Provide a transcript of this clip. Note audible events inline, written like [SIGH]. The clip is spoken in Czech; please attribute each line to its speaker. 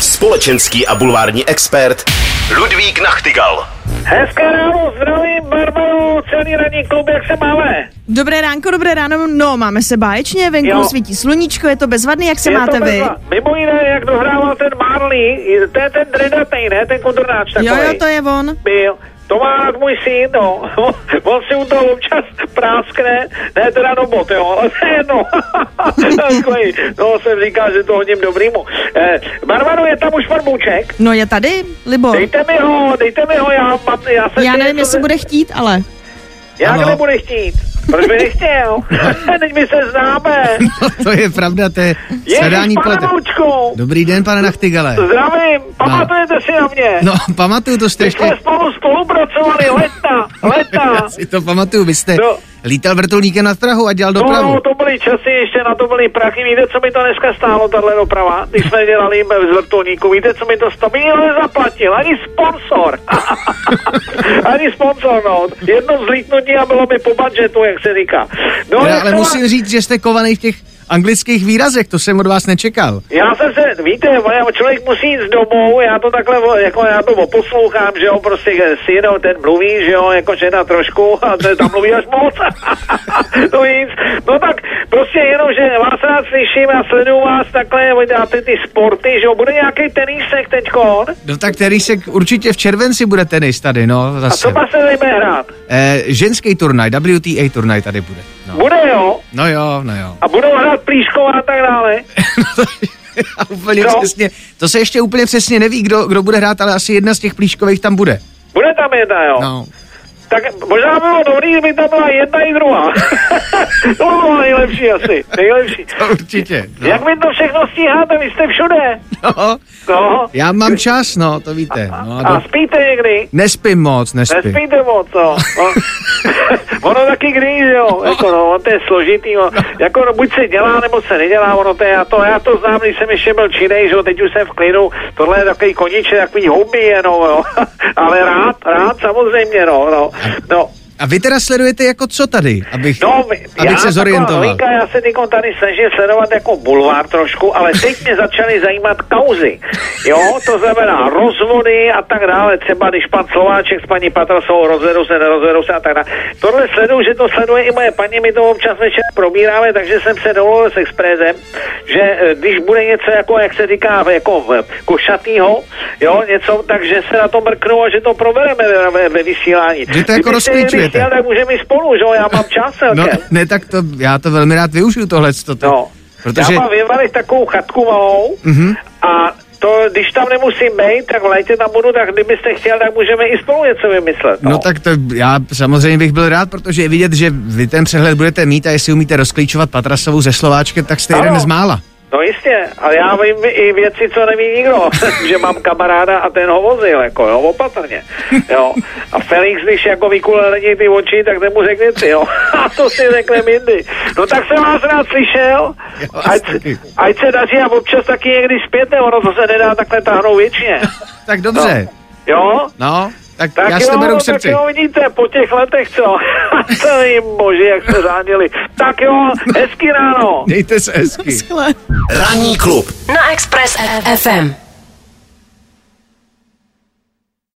Speaker 1: Společenský a bulvární expert Ludvík Nachtigal.
Speaker 2: Hezké ráno, zdravím Barbaru, celý ranní klub, jak se máme?
Speaker 3: Dobré ránko, dobré ráno, no máme se báječně, venku
Speaker 2: Jo.
Speaker 3: svítí sluníčko, je to bezvadný, jak se
Speaker 2: Je to
Speaker 3: máte vy?
Speaker 2: bezva- Mimo jiné, jak dohrával ten Marley, to je ten dredatej, ne, ten kudrnáč takový.
Speaker 3: Jo, jo, to je on.
Speaker 2: Byl. To má rád můj syn, no. [LAUGHS] On si u toho občas práskne, ne teda no bot, jo, ale to je jedno. [LAUGHS] Takový, no, jsem říkal, že to hodím dobrýmu. Eh, Barbaru, je tam už pan Bůček?
Speaker 3: No je tady, Libor.
Speaker 2: Dejte mi ho, dejte mi ho, já, mám- já se
Speaker 3: No. Já
Speaker 2: si
Speaker 3: nevím,
Speaker 2: něco
Speaker 3: jestli
Speaker 2: ze-
Speaker 3: bude chtít, ale
Speaker 2: Já
Speaker 4: Ano.
Speaker 2: ano. nebudu chtít. Proč by nechtěl?
Speaker 3: [LAUGHS]
Speaker 2: Teď my se známe.
Speaker 4: [LAUGHS] No, to je pravda, to je
Speaker 2: Ježíš,
Speaker 4: sledání
Speaker 2: pane
Speaker 4: polete.
Speaker 2: Voučku,
Speaker 4: Dobrý den, pane Nachtigale.
Speaker 2: zdravím, pamatujete si na mě?
Speaker 4: No, pamatuju to jste
Speaker 2: My jsme
Speaker 4: ještě.
Speaker 2: spolu spolupracovali leta, leta.
Speaker 4: [LAUGHS] Já si to pamatuju, vy jste
Speaker 2: No.
Speaker 4: lítal vrtulníkem na Prahu a dělal
Speaker 2: No,
Speaker 4: dopravu.
Speaker 2: no, to byly časy, ještě na to byly prachy. Víte, co mi to dneska stálo, tahle doprava, když jsme dělali z vrtulníku? Víte, co mi to stálo? Mě nezaplatil, ani sponsor. [LAUGHS] ani sponsor, no. Jedno zlítnutí a bylo mi po budžetu, jak se říká. No,
Speaker 4: Teda,
Speaker 2: jak
Speaker 4: ale
Speaker 2: to má-
Speaker 4: musím říct, že jste kovaný v těch anglických výrazech, to jsem od vás nečekal.
Speaker 2: Já jsem se, víte, on- člověk musí jít z domů, já to takhle, o- jako já to poslouchám, že jo, prostě eh, syn, no, ten mluví, že jo, jako žena trošku, a ten tam mluví až moc, [LAUGHS] no nic, no tak prostě jenom, že vás rád slyším a sleduju vás takhle, vy dáte ty sporty, že jo, bude nějaký tenisek teďkon,
Speaker 4: No tak tenisek určitě v červenci bude tenis tady, no
Speaker 2: a
Speaker 4: zase.
Speaker 2: co pak se nejme hrát?
Speaker 4: Eh, ženský turnaj, WTA turnaj tady bude. No,
Speaker 2: Bude jo,
Speaker 4: no jo, no jo. [LAUGHS] No,
Speaker 2: a budou hrát plíšková a tak dále.
Speaker 4: A úplně
Speaker 2: No.
Speaker 4: přesně, to se ještě úplně přesně neví, kdo, kdo bude hrát, ale asi jedna z těch plíškových tam bude.
Speaker 2: Bude tam jedna, jo.
Speaker 4: No.
Speaker 2: Tak možná by bylo dobrý, kdyby tam byla jedna i druhá. [LAUGHS] to by bylo nejlepší asi, nejlepší.
Speaker 4: To určitě.
Speaker 2: No. Jak vy to všechno stíháte, vy jste všude.
Speaker 4: No.
Speaker 2: No.
Speaker 4: Já mám čas, no, to víte. No, a
Speaker 2: A
Speaker 4: do...
Speaker 2: spíte někdy?
Speaker 4: Nespím moc, nespím.
Speaker 2: Nespíte moc, no.
Speaker 4: [LAUGHS]
Speaker 2: no. [LAUGHS] ono taky když, jo. Jako, no, on to je složitý. No. Jako, no, buď se dělá, nebo se nedělá, ono to je, já to, já to znám, když jsem ještě byl činej, že jo, teď už jsem v klidu. Tohle je takový koniče, takový hobby jenom, jo. [LAUGHS] Ale rád, rád samozřejmě, no, no. no.
Speaker 4: A vy teda sledujete jako co tady, abych,
Speaker 2: No, já
Speaker 4: abych se zorientoval.
Speaker 2: taková Linka, já se teď tady snažím sledovat jako bulvár trošku, ale teď mě začaly zajímat kauzy. Jo, to znamená rozvody a tak dále. Třeba když pan Slováček s paní Patrasovou rozvedou se, nerozvedou se a tak dále. Tohle sleduju, že to sleduje i moje paní, my to občas večer probíráme, takže jsem se dovolil s Expressem, že eh, když bude něco jako, jak se říká, jako v- košatýho, jo, něco, takže se na to mrknu a že to probereme ve, ve, ve vysílání.
Speaker 4: Že
Speaker 2: Kdybyste
Speaker 4: to jako
Speaker 2: někdy
Speaker 4: rozklíčujete.
Speaker 2: chtěl, tak můžeme jít spolu, že jo, já mám čas
Speaker 4: No,
Speaker 2: celkem.
Speaker 4: ne, tak to, já to velmi rád využiju tohle. To,
Speaker 2: No,
Speaker 4: protože,
Speaker 2: já mám ve Varech takovou chatku malou
Speaker 4: Mhm.
Speaker 2: a to, když tam nemusím být, tak v létě tam budu, tak kdybyste chtěl, tak můžeme i spolu něco vymyslet.
Speaker 4: no tak to já samozřejmě bych byl rád, protože je vidět, že vy ten přehled budete mít a jestli umíte rozklíčovat Patrasovou ze Slováčkem, tak jste
Speaker 2: Ano.
Speaker 4: jeden z mála.
Speaker 2: No jistě, ale já vím i věci, co neví nikdo, [LAUGHS] že mám kamaráda a ten ho vozil, jako jo, opatrně, jo. A Felix, když jako vykule není ty oči, tak ten mu řekne ty, jo. [LAUGHS] A to si řekneme jindy. No tak jsem vás rád slyšel,
Speaker 4: Já vás
Speaker 2: ať,
Speaker 4: taky.
Speaker 2: ať se daří a občas taky někdy zpětne, ono to se nedá takhle táhnout věčně, No.
Speaker 4: Tak dobře,
Speaker 2: jo.
Speaker 4: no, tak,
Speaker 2: Tak
Speaker 4: já
Speaker 2: jo,
Speaker 4: se beru
Speaker 2: no,
Speaker 4: k srdci.
Speaker 2: Tak jo, vidíte, po těch letech, co? [LAUGHS] to jim bože, jak se zánili. Tak jo, hezký ráno.
Speaker 4: Dejte se hezky.
Speaker 3: skle.
Speaker 1: Ranní klub.
Speaker 5: na Express FM.